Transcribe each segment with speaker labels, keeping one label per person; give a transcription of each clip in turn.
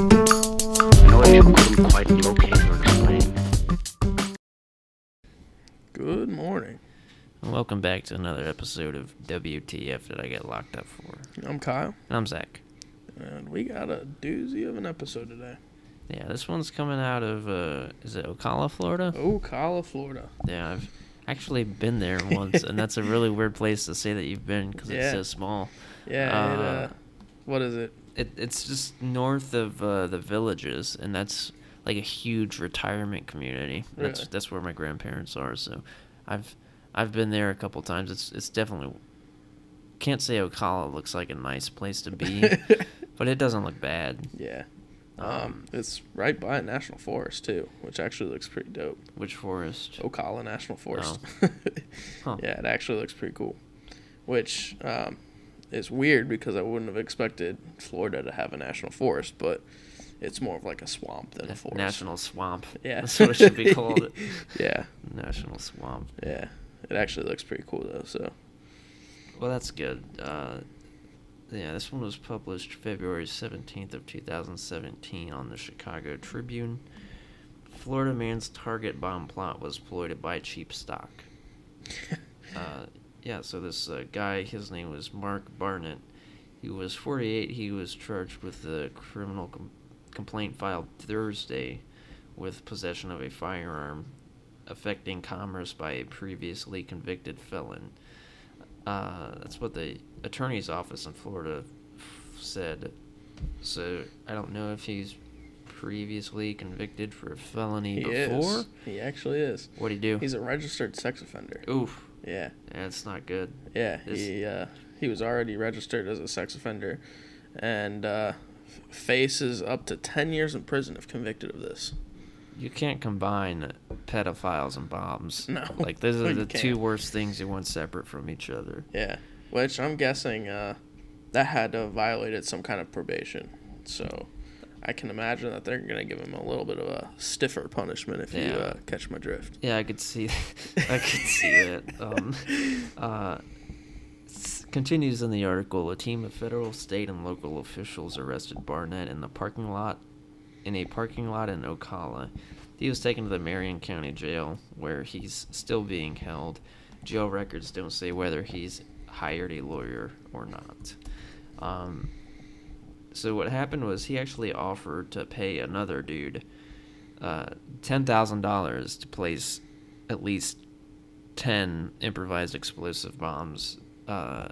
Speaker 1: Noise you couldn't quite locate or explain.
Speaker 2: Good morning.
Speaker 3: Welcome back to another episode of WTF that I got locked up for.
Speaker 2: I'm Kyle,
Speaker 3: And I'm Zach.
Speaker 2: and we got a doozy of an episode today.
Speaker 3: Yeah, this one's coming out of uh, is it Ocala, Florida?
Speaker 2: Ocala, Oh, Florida.
Speaker 3: Yeah, I've actually been there once, and that's a really weird place to say that you've been because it's
Speaker 2: Yeah.
Speaker 3: so small.
Speaker 2: Yeah, it, uh,
Speaker 3: Uh,
Speaker 2: what is it?
Speaker 3: It, it's just north of uh, the villages, and that's like a huge retirement community. That's
Speaker 2: Really?
Speaker 3: that's where my grandparents are. So, I've I've been there a couple times. It's it's definitely can't say Ocala looks like a nice place to be, but it doesn't look bad.
Speaker 2: Yeah. Um,
Speaker 3: Um,
Speaker 2: it's right by a national forest too, which actually looks pretty dope.
Speaker 3: Which forest?
Speaker 2: Ocala National Forest.
Speaker 3: Huh.
Speaker 2: yeah, it actually looks pretty cool. Which um, is weird because I wouldn't have expected Florida to have a national forest, but it's more of like a swamp than a
Speaker 3: Na-
Speaker 2: forest.
Speaker 3: National Swamp.
Speaker 2: Yeah.
Speaker 3: That's what it should be called.
Speaker 2: yeah,
Speaker 3: National Swamp.
Speaker 2: yeah. It actually looks pretty cool though. So
Speaker 3: Well, that's good. Uh, yeah, this one was published February 17th of 2017 on the Chicago Tribune. Florida man's target bomb plot was ployed by cheap stock. uh, yeah, so this uh, guy, his name was Mark Barnett. He was 48. He was charged with a criminal com- complaint filed Thursday with possession of a firearm affecting commerce by a previously convicted felon. Uh, that's what the attorney's office in Florida f- said. So I don't know if he's previously convicted for a felony
Speaker 2: he
Speaker 3: before.
Speaker 2: is. He actually is.
Speaker 3: What'd he do?
Speaker 2: He's a registered sex offender.
Speaker 3: Oof.
Speaker 2: Yeah,
Speaker 3: That's not good.
Speaker 2: yeah.
Speaker 3: Is-
Speaker 2: He uh, he was already registered as a sex offender, and uh, f- faces up to ten years in prison if convicted of this.
Speaker 3: You can't combine pedophiles and bombs.
Speaker 2: No,
Speaker 3: Like those are
Speaker 2: you
Speaker 3: the two
Speaker 2: can't.
Speaker 3: worst things you want separate from each other.
Speaker 2: Yeah, which I'm guessing uh, that had to have violated some kind of probation. So I can imagine that they're gonna give him a little bit of a stiffer punishment if you
Speaker 3: Yeah.
Speaker 2: uh, catch my drift.
Speaker 3: Yeah, I could see. I could see that. Um, uh, s- continues in the article. A team of federal, state, and local officials arrested Barnett in the parking lot, in a parking lot in Ocala. He was taken to the Marion County Jail, where he's still being held. Jail records don't say whether he's hired a lawyer or not. Um, so what happened was he actually offered to pay another dude uh, ten thousand dollars to place at least ten improvised explosive bombs uh,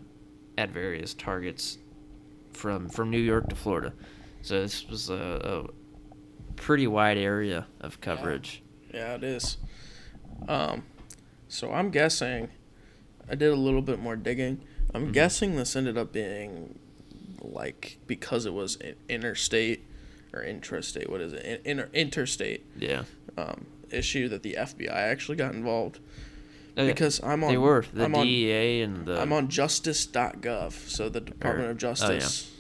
Speaker 3: at various targets from from New York to Florida. So this was a, a pretty wide area of coverage.
Speaker 2: Yeah, it is. Um, so I'm guessing. I did a little bit more digging. I'm
Speaker 3: Mm-hmm.
Speaker 2: guessing this ended up being like because it was in- interstate or intrastate. What is it? In- inter- interstate
Speaker 3: Yeah,
Speaker 2: um, issue that the FBI actually got involved
Speaker 3: Oh, yeah.
Speaker 2: because I'm on.
Speaker 3: they were the
Speaker 2: I'm on,
Speaker 3: DEA and the
Speaker 2: I'm on justice.gov, so the Department
Speaker 3: Or-
Speaker 2: of
Speaker 3: oh, yeah.
Speaker 2: Justice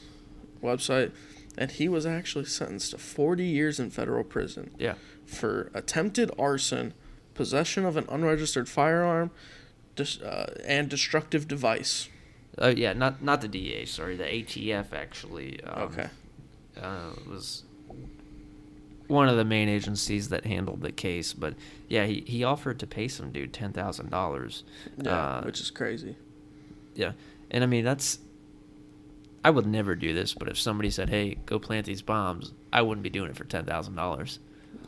Speaker 2: website, and he was actually sentenced to 40 years in federal prison
Speaker 3: yeah
Speaker 2: for attempted arson, possession of an unregistered firearm, dis- uh, and destructive device.
Speaker 3: oh yeah not not the DEA sorry the ATF actually um,
Speaker 2: Okay.
Speaker 3: uh, was one of the main agencies that handled the case. But yeah, he, he offered to pay some dude ten thousand dollars.
Speaker 2: Yeah,
Speaker 3: uh,
Speaker 2: which is crazy.
Speaker 3: yeah, and I mean that's. I would never do this, but if somebody said, "Hey, go plant these bombs," I wouldn't be doing it for ten thousand dollars.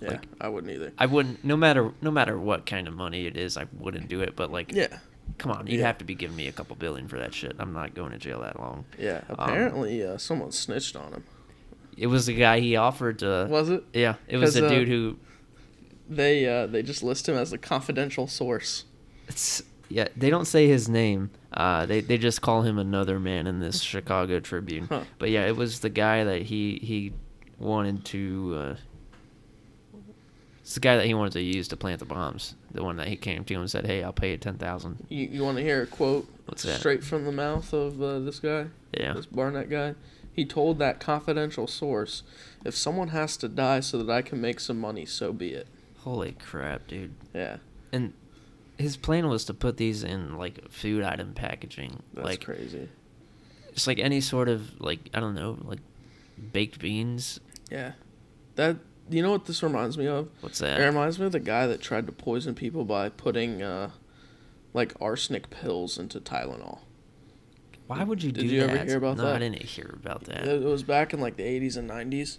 Speaker 2: Yeah,
Speaker 3: like-
Speaker 2: I wouldn't either.
Speaker 3: I wouldn't, no matter no matter what kind of money it is, I wouldn't do it. But like,
Speaker 2: Yeah,
Speaker 3: come on, you'd
Speaker 2: Yeah.
Speaker 3: have to be giving me a couple billion for that shit. I'm not going to jail that long.
Speaker 2: yeah.
Speaker 3: Um,
Speaker 2: Apparently, uh, someone snitched on him.
Speaker 3: it was the guy he offered to.
Speaker 2: Was it?
Speaker 3: Yeah, it was
Speaker 2: 'Cause,
Speaker 3: the
Speaker 2: uh,
Speaker 3: dude who
Speaker 2: They uh, they just list him as a confidential source.
Speaker 3: It's yeah. They don't say his name. Uh, they they just call him another man in this Chicago Tribune.
Speaker 2: Huh.
Speaker 3: But yeah, it was the guy that he he wanted to uh, It's the guy that he wanted to use to plant the bombs. The one that he came to and said, "Hey, I'll pay you ten thousand.
Speaker 2: You, you want to hear a quote
Speaker 3: What's that?
Speaker 2: straight from the mouth of uh, this guy,
Speaker 3: Yeah.
Speaker 2: this Barnett guy? He told that confidential source, "If someone has to die so that I can make some money, so be it."
Speaker 3: Holy crap, dude!
Speaker 2: Yeah,
Speaker 3: And his plan was to put these in like food item packaging,
Speaker 2: that's
Speaker 3: like
Speaker 2: crazy.
Speaker 3: just like any sort of like I don't know, like baked beans.
Speaker 2: Yeah, that you know what this reminds me of?
Speaker 3: What's
Speaker 2: It
Speaker 3: that?
Speaker 2: reminds me of the guy that tried to poison people by putting uh, like arsenic pills into Tylenol.
Speaker 3: Why would you do
Speaker 2: Did you
Speaker 3: that?
Speaker 2: ever hear about
Speaker 3: no, I
Speaker 2: that?
Speaker 3: didn't hear about that.
Speaker 2: It was back in like the 80s and 90s.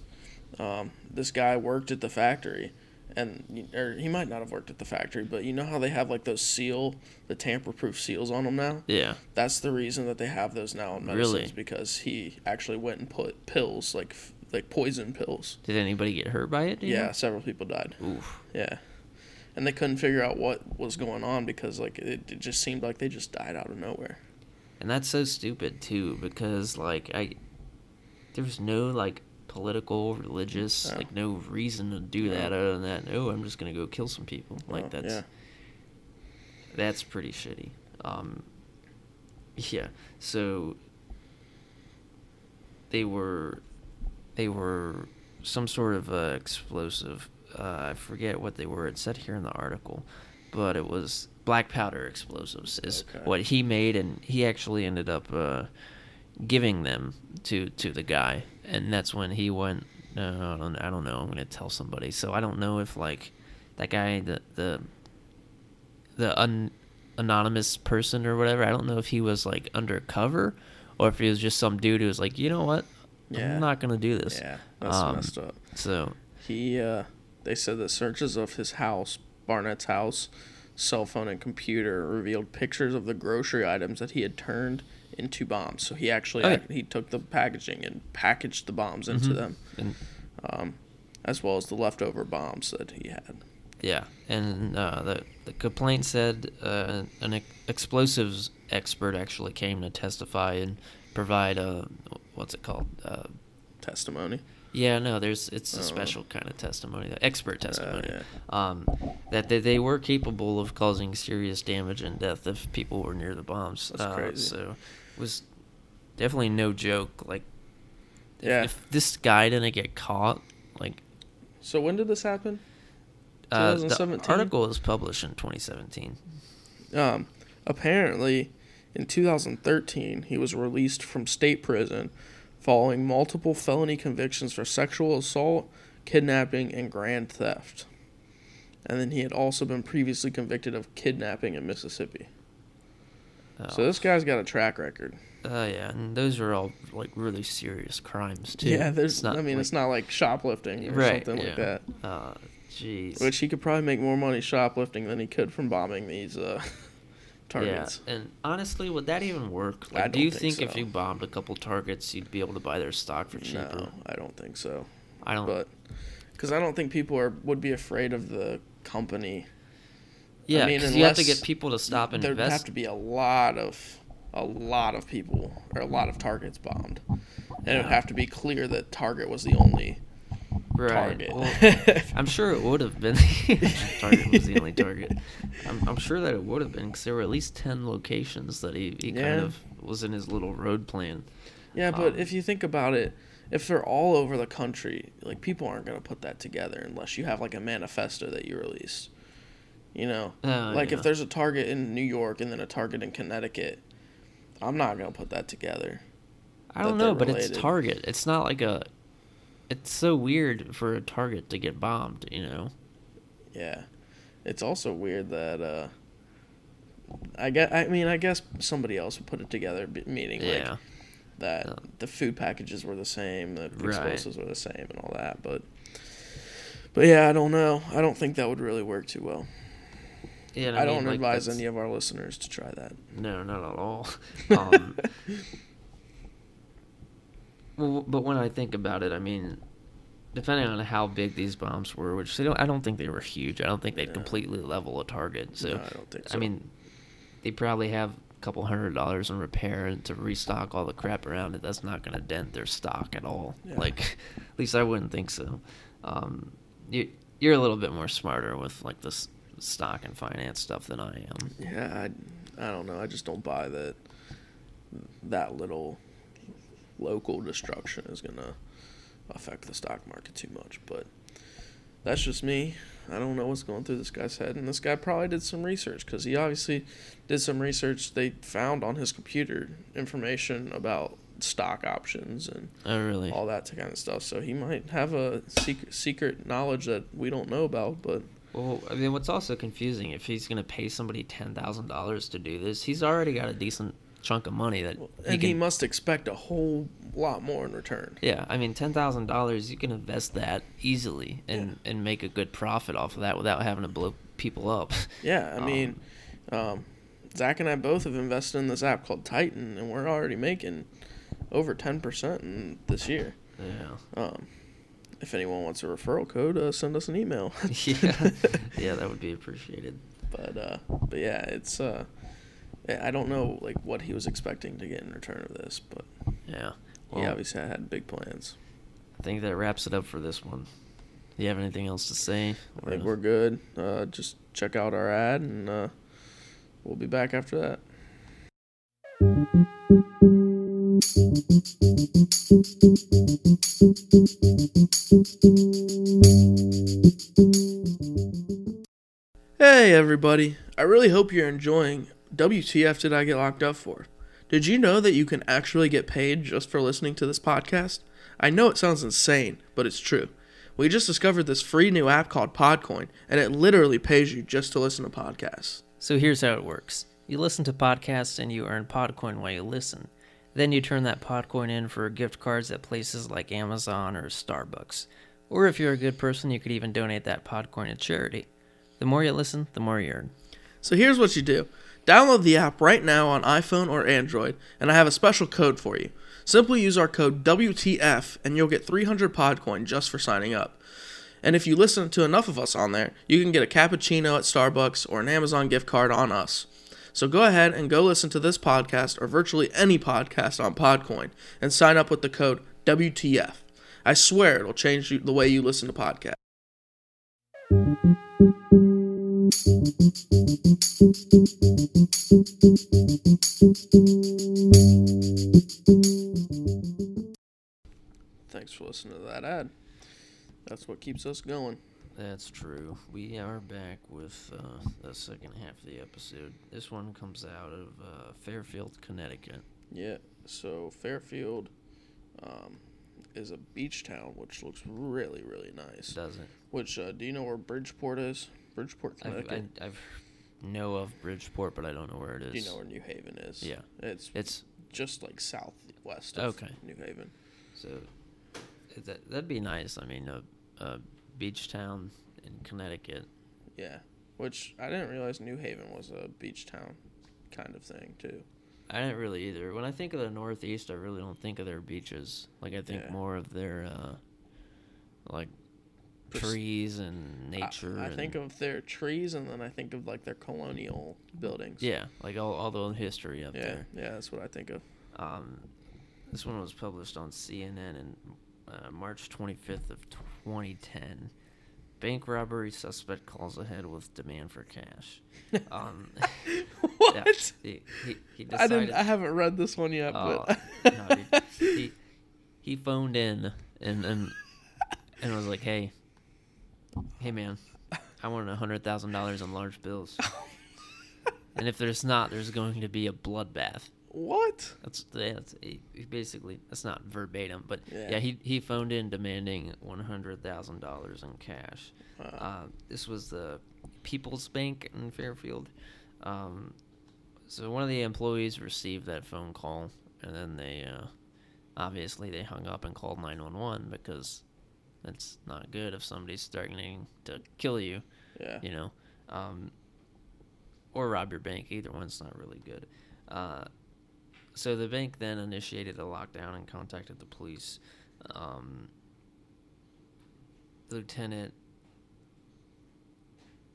Speaker 2: Um, this guy worked at the factory, and or he might not have worked at the factory, but you know how they have like those seal, the tamper-proof seals on them now.
Speaker 3: Yeah.
Speaker 2: That's the reason that they have those now in medicines
Speaker 3: Really?
Speaker 2: because he actually went and put pills like f- like poison pills.
Speaker 3: Did anybody get hurt by it? do you
Speaker 2: Yeah, several people died.
Speaker 3: know? Oof.
Speaker 2: Yeah. And they couldn't figure out what was going on because like it, it just seemed like they just died out of nowhere.
Speaker 3: And that's so stupid too, because like I, there was no like political, religious,
Speaker 2: No.
Speaker 3: like no reason to do that other than that. Oh, I'm just gonna go kill some people. Like
Speaker 2: Oh,
Speaker 3: that's
Speaker 2: yeah.
Speaker 3: that's pretty shitty. Um, yeah. So they were they were some sort of uh, explosive. Uh, I forget what they were. It said here in the article, but it was black powder explosives is
Speaker 2: Okay.
Speaker 3: what he made, and he actually ended up uh, giving them to to the guy, and that's when he went. No, I don't. I don't know. I'm gonna tell somebody. So I don't know if like that guy, the the the un- anonymous person or whatever. I don't know if he was like undercover or if he was just some dude who was like, you know what,
Speaker 2: Yeah.
Speaker 3: I'm not gonna do this.
Speaker 2: Yeah, that's
Speaker 3: Um,
Speaker 2: messed up.
Speaker 3: So
Speaker 2: He uh they said that searches of his house, Barnett's house, cell phone and computer revealed pictures of the grocery items that he had turned into bombs. So he actually
Speaker 3: Okay.
Speaker 2: act- he took the packaging and packaged the bombs into them.
Speaker 3: mm-hmm.
Speaker 2: um,
Speaker 3: and
Speaker 2: As well as the leftover bombs that he had.
Speaker 3: yeah, and uh, the the complaint said uh, an ex- explosives expert actually came to testify and provide a what's it called. Uh,
Speaker 2: Testimony.
Speaker 3: Yeah, no, there's it's
Speaker 2: Oh.
Speaker 3: a special kind of testimony, expert testimony,
Speaker 2: yeah.
Speaker 3: um, that they, they were capable of causing serious damage and death if people were near the bombs.
Speaker 2: That's
Speaker 3: uh,
Speaker 2: crazy.
Speaker 3: So it was definitely no joke. Like, if,
Speaker 2: Yeah.
Speaker 3: if this guy didn't get caught, like
Speaker 2: So when did this happen?
Speaker 3: uh, the
Speaker 2: 2017?
Speaker 3: article was published in 2017.
Speaker 2: Um, apparently, in 2013, he was released from state prison following multiple felony convictions for sexual assault, kidnapping, and grand theft. And then he had also been previously convicted of kidnapping in Mississippi.
Speaker 3: Oh.
Speaker 2: So this guy's got a track record.
Speaker 3: uh, yeah, and those are all like really serious crimes too.
Speaker 2: yeah, there's.
Speaker 3: It's not
Speaker 2: I mean,
Speaker 3: like-
Speaker 2: it's not like shoplifting or
Speaker 3: right,
Speaker 2: something like
Speaker 3: yeah.
Speaker 2: that.
Speaker 3: Uh, jeez.
Speaker 2: Which he could probably make more money shoplifting than he could from bombing these uh, targets.
Speaker 3: Yeah, and honestly, would that even work?
Speaker 2: I
Speaker 3: Like, do
Speaker 2: don't
Speaker 3: you
Speaker 2: think
Speaker 3: think, if
Speaker 2: so.
Speaker 3: you bombed a couple targets, you'd be able to buy their stock for cheaper?
Speaker 2: no, I don't think so.
Speaker 3: I don't.
Speaker 2: but because I don't think people are would be afraid of the company.
Speaker 3: yeah,
Speaker 2: mean,
Speaker 3: because you have to
Speaker 2: unless
Speaker 3: get people to stop and
Speaker 2: There'd have
Speaker 3: invest.
Speaker 2: to be a lot of a lot of people or a lot of targets bombed, and it would
Speaker 3: Yeah.
Speaker 2: have to be clear that Target was the only
Speaker 3: right.
Speaker 2: target.
Speaker 3: Well, I'm sure it would have been. target was the only target. I'm, I'm sure that it would have been because there were at least ten locations that he, he kind
Speaker 2: Yeah.
Speaker 3: of was in his little road plan.
Speaker 2: yeah, but
Speaker 3: um,
Speaker 2: if you think about it, if they're all over the country, like people aren't gonna put that together unless you have like a manifesto that you release. You know,
Speaker 3: Oh,
Speaker 2: like
Speaker 3: yeah.
Speaker 2: if there's a target in New York and then a target in Connecticut, I'm not gonna put that together.
Speaker 3: I
Speaker 2: that
Speaker 3: don't know,
Speaker 2: they're
Speaker 3: but it's
Speaker 2: related.
Speaker 3: Target. It's not like a. It's so weird for a Target to get bombed. You know.
Speaker 2: Yeah. It's also weird that uh I guess, I mean I guess somebody else would put it together b- meaning
Speaker 3: Yeah.
Speaker 2: like that
Speaker 3: Yeah.
Speaker 2: the food packages were the same, the
Speaker 3: Right.
Speaker 2: explosives were the same and all that, but but yeah, I don't know. I don't think that would really work too well.
Speaker 3: yeah. and
Speaker 2: I, don't
Speaker 3: mean, like,
Speaker 2: advise
Speaker 3: that's-
Speaker 2: any of our listeners to try that.
Speaker 3: No, not at all. Um, well, but when I think about it, I mean, depending on how big these bombs were, which they don't, I don't think they were huge. I don't think they'd
Speaker 2: Yeah.
Speaker 3: completely level a target. So,
Speaker 2: No, I don't think so.
Speaker 3: I mean, they probably have a couple hundred dollars in repair and to restock all the crap around it. That's not going to dent their stock at all.
Speaker 2: Yeah.
Speaker 3: Like, at least I wouldn't think so. Um, you, you're a little bit more smarter with like this stock and finance stuff than I am.
Speaker 2: Yeah, I, I don't know. I just don't buy that that little local destruction is gonna affect the stock market too much. But that's just me. I don't know what's going through this guy's head, and this guy probably did some research because he obviously did some research. They found on his computer information about stock options and
Speaker 3: Oh, really?
Speaker 2: all that kind of stuff. So he might have a secret secret knowledge that we don't know about, but.
Speaker 3: Well, I mean, what's also confusing if he's going to pay somebody ten thousand dollars to do this, he's already got a decent chunk of money that he
Speaker 2: and he
Speaker 3: can.
Speaker 2: must expect a whole lot more in return.
Speaker 3: yeah, I mean, ten thousand dollars, you can invest that easily and and make a good profit off of that without having to blow people up.
Speaker 2: Yeah, I
Speaker 3: Um,
Speaker 2: mean, um, Zach and I both have invested in this app called Titan, and we're already making over ten percent in this year.
Speaker 3: Yeah.
Speaker 2: Um, if anyone wants a referral code, uh, send us an email.
Speaker 3: yeah, yeah, that would be appreciated.
Speaker 2: but uh, but yeah, it's uh, I I don't know like what he was expecting to get in return of this, but
Speaker 3: Yeah.
Speaker 2: he
Speaker 3: Well,
Speaker 2: obviously had big plans.
Speaker 3: I think that wraps it up for this one. Do you have anything else to say?
Speaker 2: I think we're good. Uh, just check out our ad, and uh, we'll be back after that. Hey, everybody. I really hope you're enjoying WTF Did I Get Locked Up For? Did you know that you can actually get paid just for listening to this podcast? I know it sounds insane, but it's true. We just discovered this free new app called Podcoin, and it literally pays you just to listen to podcasts.
Speaker 3: So here's how it works you listen to podcasts and you earn Podcoin while you listen. Then you turn that Podcoin in for gift cards at places like Amazon or Starbucks. Or if you're a good person, you could even donate that Podcoin to charity. The more you listen, the more you earn.
Speaker 2: So here's what you do download the app right now on iPhone or Android, and I have a special code for you. Simply use our code WTF, and you'll get 300 Podcoin just for signing up. And if you listen to enough of us on there, you can get a cappuccino at Starbucks or an Amazon gift card on us. So go ahead and go listen to this podcast or virtually any podcast on Podcoin and sign up with the code WTF. I swear it'll change you, the way you listen to podcasts. Thanks for listening to that ad. That's what keeps us going.
Speaker 3: That's true. We are back with uh, the second half of the episode. This one comes out of uh, Fairfield, Connecticut.
Speaker 2: Yeah. So Fairfield um, is a beach town, which looks really, really nice.
Speaker 3: Doesn't
Speaker 2: Which uh, do you know where Bridgeport is? Bridgeport,
Speaker 3: I've,
Speaker 2: Connecticut.
Speaker 3: I, I've know of Bridgeport, but I don't know where it is.
Speaker 2: do you know where New Haven is?
Speaker 3: Yeah.
Speaker 2: It's
Speaker 3: It's
Speaker 2: just like southwest of
Speaker 3: Okay.
Speaker 2: New Haven.
Speaker 3: so that that'd be nice. I mean, a, a beach town in Connecticut.
Speaker 2: Yeah. Which I didn't realize New Haven was a beach town kind of thing too.
Speaker 3: I didn't really either. When I think of the Northeast, I really don't think of their beaches. Like I think
Speaker 2: Yeah.
Speaker 3: more of their uh, like
Speaker 2: Pers-
Speaker 3: trees and
Speaker 2: I-
Speaker 3: nature.
Speaker 2: I, think
Speaker 3: and-
Speaker 2: of their trees and then I think of like their colonial buildings.
Speaker 3: yeah, like all all the history up
Speaker 2: Yeah.
Speaker 3: there.
Speaker 2: Yeah, that's what I think of.
Speaker 3: Um, this one was published on CNN in uh, March 25th of 2010. Bank robbery suspect calls ahead with demand for cash. Um,
Speaker 2: what?
Speaker 3: yeah, he, he, he
Speaker 2: I
Speaker 3: decided.
Speaker 2: didn't. I haven't read this one yet,
Speaker 3: Oh,
Speaker 2: but
Speaker 3: no, dude. he, he phoned in and and and was like, "Hey, hey, man, I want a hundred thousand dollars in large bills." And if there's not, there's going to be a bloodbath.
Speaker 2: what?
Speaker 3: That's yeah, that's he he basically that's not verbatim, but
Speaker 2: Yeah.
Speaker 3: yeah, he, he phoned in demanding one hundred thousand dollars in cash. Uh, this was the People's Bank in Fairfield. Um, so one of the employees received that phone call, and then they uh, obviously they hung up and called nine one one because that's not good if somebody's threatening to kill you
Speaker 2: Yeah.
Speaker 3: you know, um, or rob your bank. Either one's not really good. Uh, so the bank then initiated a lockdown and contacted the police. Um, Lieutenant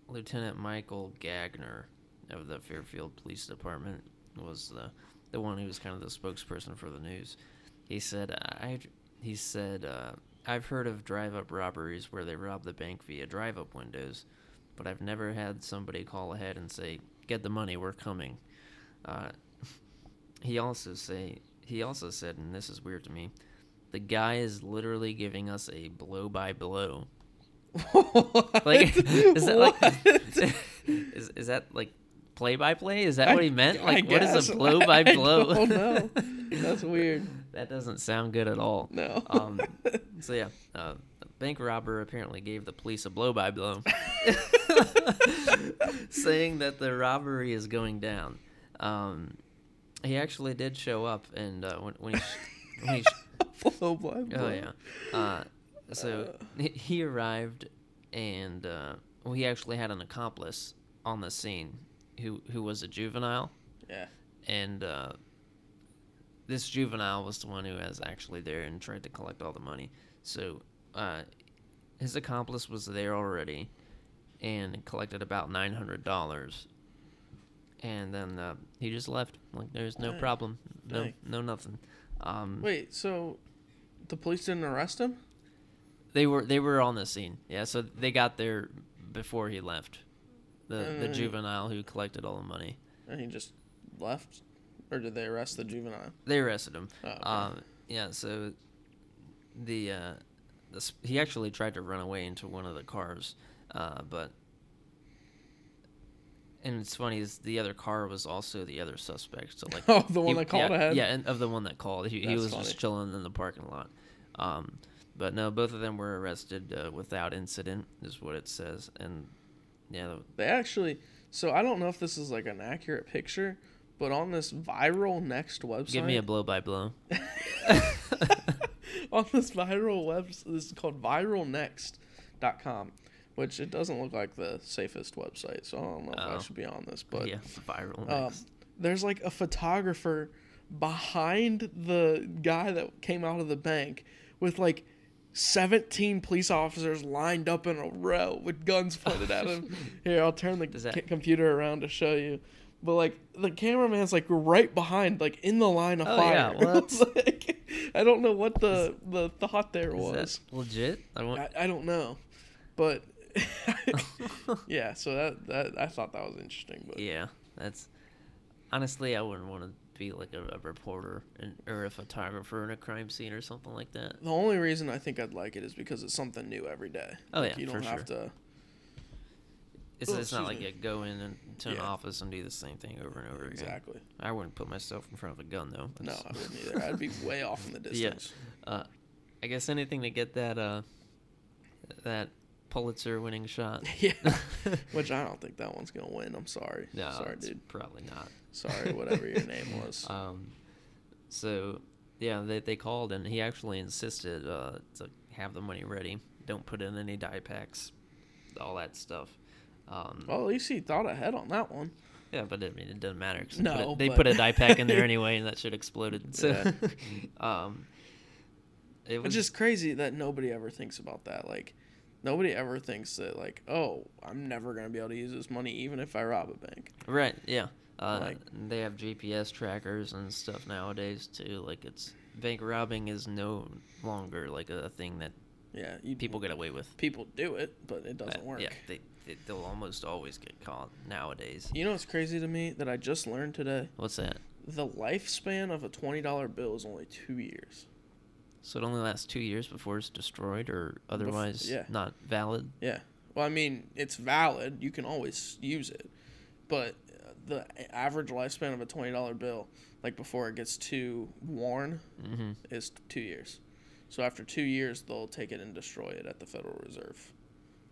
Speaker 3: Lieutenant Michael Gagner of the Fairfield Police Department was the the one who was kind of the spokesperson for the news. He said, "I." He said, uh, I've heard of drive up robberies where they rob the bank via drive up windows, but I've never had somebody call ahead and say, "Get the money, we're coming." Uh, he also say he also said, and this is weird to me, the guy is literally giving us a blow by blow. Like, is that like is, is that like play by play? Is that what he meant? Like, what is a blow by blow?
Speaker 2: Oh no, that's weird.
Speaker 3: That doesn't sound good at all.
Speaker 2: No.
Speaker 3: Um, so yeah, uh, a bank robber apparently gave the police a blow by blow, saying that the robbery is going down. Um, he actually did show up, and uh, when, when he, sh- when he sh-
Speaker 2: blow by blow.
Speaker 3: Oh yeah. Uh, so he- he arrived, and uh, well, he actually had an accomplice on the scene who who was a juvenile,
Speaker 2: Yeah.
Speaker 3: and uh, this juvenile was the one who was actually there and tried to collect all the money. So uh, his accomplice was there already, and collected about nine hundred dollars. And then uh, he just left. Like there's no
Speaker 2: Dang.
Speaker 3: problem, no
Speaker 2: Dang.
Speaker 3: no nothing. Um,
Speaker 2: Wait, so the police didn't arrest him?
Speaker 3: They were they were on the scene. Yeah, so they got there before he left. The the
Speaker 2: Mm.
Speaker 3: juvenile who collected all the money.
Speaker 2: And he just left, or did they arrest the juvenile?
Speaker 3: They arrested him.
Speaker 2: Oh, okay.
Speaker 3: Um, yeah, so the uh, the sp- he actually tried to run away into one of the cars, uh, but and it's funny is the other car was also the other suspect. So like
Speaker 2: Oh, the one
Speaker 3: he-
Speaker 2: that called
Speaker 3: yeah,
Speaker 2: ahead?
Speaker 3: Yeah, and of the one that called, he, he
Speaker 2: That's
Speaker 3: was
Speaker 2: funny.
Speaker 3: just chilling in the parking lot. Um, but no, both of them were arrested uh, without incident, is what it says. And yeah, the-
Speaker 2: They actually. So I don't know if this is like an accurate picture, but on this viral next website,
Speaker 3: give me a blow by blow.
Speaker 2: on this viral website, this is called viralnext.com, which it doesn't look like the safest website, so I don't know if
Speaker 3: Oh.
Speaker 2: I should be on this, but
Speaker 3: yeah, viral.
Speaker 2: um,
Speaker 3: next.
Speaker 2: there's like a photographer behind the guy that came out of the bank with like 17 police officers lined up in a row with guns pointed at him. Here, I'll turn the
Speaker 3: Does that-
Speaker 2: c- computer around to show you. But like the cameraman's like right behind, like in the line of
Speaker 3: Oh, yeah,
Speaker 2: fire.
Speaker 3: well, that's-
Speaker 2: Like, I don't know what the the thought there
Speaker 3: Is that
Speaker 2: was.
Speaker 3: legit? I want,
Speaker 2: I, I don't know, but yeah. So that that I thought that was interesting. But
Speaker 3: Yeah, that's honestly, I wouldn't want to be like a, a reporter and, or a photographer in a crime scene or something like that.
Speaker 2: The only reason I think I'd like it is because it's something new every day.
Speaker 3: Oh,
Speaker 2: Like,
Speaker 3: yeah,
Speaker 2: you don't
Speaker 3: for
Speaker 2: have
Speaker 3: sure.
Speaker 2: to.
Speaker 3: It's,
Speaker 2: Oh,
Speaker 3: it's not
Speaker 2: excuse
Speaker 3: like
Speaker 2: me.
Speaker 3: you go in and to an
Speaker 2: Yeah.
Speaker 3: office and do the same thing over and over again.
Speaker 2: Exactly.
Speaker 3: I wouldn't put myself in front of a gun though.
Speaker 2: No,
Speaker 3: That's-
Speaker 2: I wouldn't either. I'd be way off in the
Speaker 3: yeah.
Speaker 2: distance.
Speaker 3: Uh, I guess anything to get that uh, that Pulitzer winning shot.
Speaker 2: Yeah. Which I don't think that one's gonna win. I'm sorry.
Speaker 3: No,
Speaker 2: sorry,
Speaker 3: it's
Speaker 2: dude.
Speaker 3: Probably not.
Speaker 2: Sorry, whatever your name was.
Speaker 3: Um, so yeah, they they called and he actually insisted uh, to have the money ready. Don't put in any die packs, all that stuff. Um,
Speaker 2: well, at least he thought ahead on that one.
Speaker 3: yeah, but I mean, it doesn't matter. 'cause they
Speaker 2: No,
Speaker 3: put a- they
Speaker 2: but-
Speaker 3: put a die pack in there anyway, and that shit exploded. So,
Speaker 2: Yeah.
Speaker 3: um, it was
Speaker 2: It's just crazy that nobody ever thinks about that. Like, nobody ever thinks that like, oh, I'm never gonna be able to use this money, even if I rob a bank.
Speaker 3: right. Yeah, uh,
Speaker 2: like-
Speaker 3: they have GPS trackers and stuff nowadays too. Like it's bank robbing is no longer like a thing that
Speaker 2: Yeah, you,
Speaker 3: people get away with.
Speaker 2: people do it, but it doesn't
Speaker 3: Uh,
Speaker 2: work.
Speaker 3: Yeah, they, they they'll almost always get caught nowadays.
Speaker 2: You know what's crazy to me that I just learned today?
Speaker 3: What's that?
Speaker 2: The lifespan of a twenty dollar bill is only two years.
Speaker 3: So it only lasts two years before it's destroyed or otherwise
Speaker 2: yeah.
Speaker 3: not valid.
Speaker 2: Yeah. Well, I mean, it's valid. You can always use it, but uh, the average lifespan of a twenty dollar bill, like before it gets too worn,
Speaker 3: Mm-hmm.
Speaker 2: is two years. So after two years, they'll take it and destroy it at the Federal Reserve.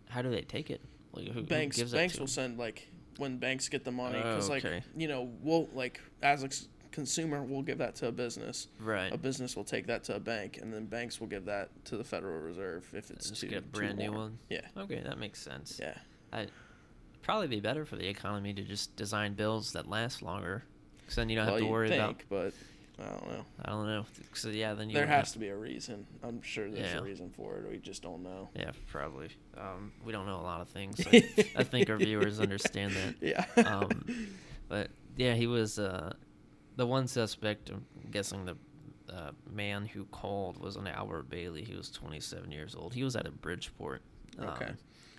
Speaker 3: How do they take it? Like who, who
Speaker 2: banks
Speaker 3: gives
Speaker 2: banks
Speaker 3: it to
Speaker 2: will
Speaker 3: them?
Speaker 2: send like when banks get the money because
Speaker 3: Oh,
Speaker 2: like
Speaker 3: okay.
Speaker 2: you know we'll like as a s- consumer we'll give that to a business
Speaker 3: Right.
Speaker 2: a business will take that to a bank and then banks will give that to the federal reserve if it's
Speaker 3: Just
Speaker 2: too,
Speaker 3: get a
Speaker 2: too
Speaker 3: brand new
Speaker 2: warm.
Speaker 3: one.
Speaker 2: yeah
Speaker 3: Okay, that makes sense.
Speaker 2: yeah
Speaker 3: I probably be better for the economy to just design bills that last longer, because then you don't
Speaker 2: well,
Speaker 3: have to
Speaker 2: you'd
Speaker 3: worry about.
Speaker 2: think, but I don't know
Speaker 3: I don't know. So yeah, then you
Speaker 2: there
Speaker 3: wouldn't have
Speaker 2: has to be a reason I'm sure there's
Speaker 3: Yeah.
Speaker 2: a reason for it we just don't know
Speaker 3: Yeah, probably. Um, we don't know a lot of things. I, I think our viewers understand that.
Speaker 2: Yeah.
Speaker 3: Um, but yeah, he was uh, the one suspect. I'm guessing the uh, uh, man who called was an Albert Bailey. He was 27 years old. He was out of Bridgeport. Um,
Speaker 2: Okay.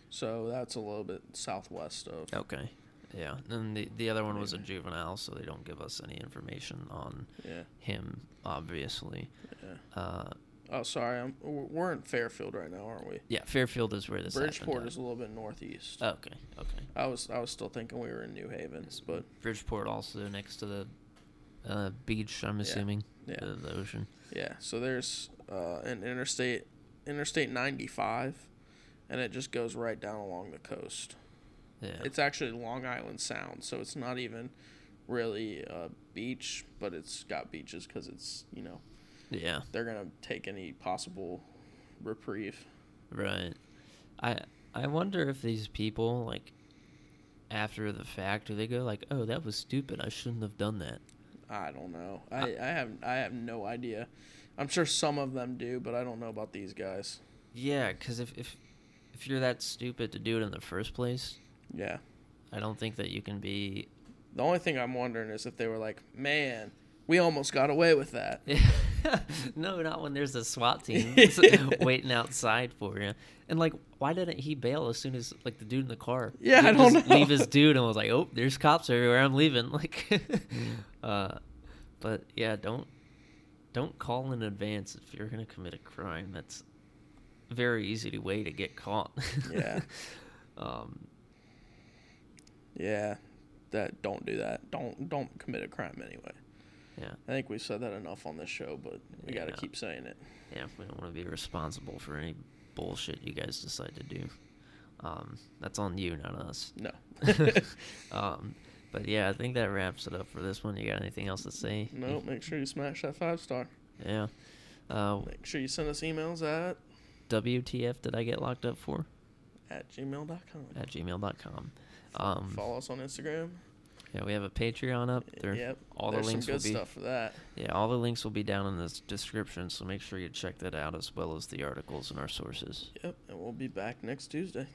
Speaker 2: so that's a little bit southwest of.
Speaker 3: Okay. Yeah. And the, the other one was a juvenile, so they don't give us any information on
Speaker 2: Yeah.
Speaker 3: him, obviously.
Speaker 2: Yeah.
Speaker 3: Uh,
Speaker 2: Oh, sorry. I'm, we're we're in Fairfield right now, aren't we?
Speaker 3: yeah, Fairfield is where this
Speaker 2: Bridgeport
Speaker 3: happened. Oh.
Speaker 2: is a little Oh. bit northeast.
Speaker 3: Okay. Okay.
Speaker 2: I was I was still thinking we were in New Haven, but
Speaker 3: Bridgeport also next to the uh, beach, I'm assuming.
Speaker 2: yeah.
Speaker 3: The, the ocean.
Speaker 2: yeah. So there's uh, an interstate Interstate 95, and it just goes right down along the coast.
Speaker 3: Yeah.
Speaker 2: It's actually Long Island Sound, so it's not even really a beach, but it's got beaches because it's you know
Speaker 3: yeah.
Speaker 2: they're gonna take any possible reprieve.
Speaker 3: Right. I I wonder if these people like after the fact do they go like, "Oh, that was stupid. I shouldn't have done that."
Speaker 2: I don't know. I, I have I have no idea. I'm sure some of them do, but I don't know about these guys.
Speaker 3: Yeah, cuz if if if you're that stupid to do it in the first place,
Speaker 2: Yeah.
Speaker 3: I don't think that you can be
Speaker 2: The only thing I'm wondering is if they were like, man, we almost got away with that.
Speaker 3: No, not when there's a SWAT team waiting outside for you. And like, why didn't he bail as soon as like the dude in the car?
Speaker 2: Yeah, I
Speaker 3: didn't
Speaker 2: don't
Speaker 3: just
Speaker 2: know.
Speaker 3: Leave his dude and was like, "Oh, there's cops everywhere. I'm leaving." Like, uh, but yeah, don't don't call in advance if you're gonna commit a crime. That's a very easy way to get caught.
Speaker 2: Yeah.
Speaker 3: um.
Speaker 2: Yeah. That don't do that. Don't don't commit a crime anyway.
Speaker 3: Yeah.
Speaker 2: I think we've said that enough on this show, but we got to
Speaker 3: Yeah.
Speaker 2: keep saying it.
Speaker 3: Yeah, we don't want to be responsible for any bullshit you guys decide to do. Um, that's on you, not us.
Speaker 2: No.
Speaker 3: um, but yeah, I think that wraps it up for this one. You got anything else to say?
Speaker 2: No, make sure you smash that five star.
Speaker 3: Yeah. Uh,
Speaker 2: Make sure you send us emails at
Speaker 3: WTF did I get locked up for?
Speaker 2: at gmail.com.
Speaker 3: At gmail.com. Um,
Speaker 2: Follow us on Instagram.
Speaker 3: yeah, we have a Patreon up. There,
Speaker 2: yep.
Speaker 3: all
Speaker 2: There's
Speaker 3: the links
Speaker 2: some good
Speaker 3: will be
Speaker 2: stuff for that.
Speaker 3: yeah, all the links will be down in the s- description. So make sure you check that out as well as the articles and our sources.
Speaker 2: Yep. And we'll be back next Tuesday.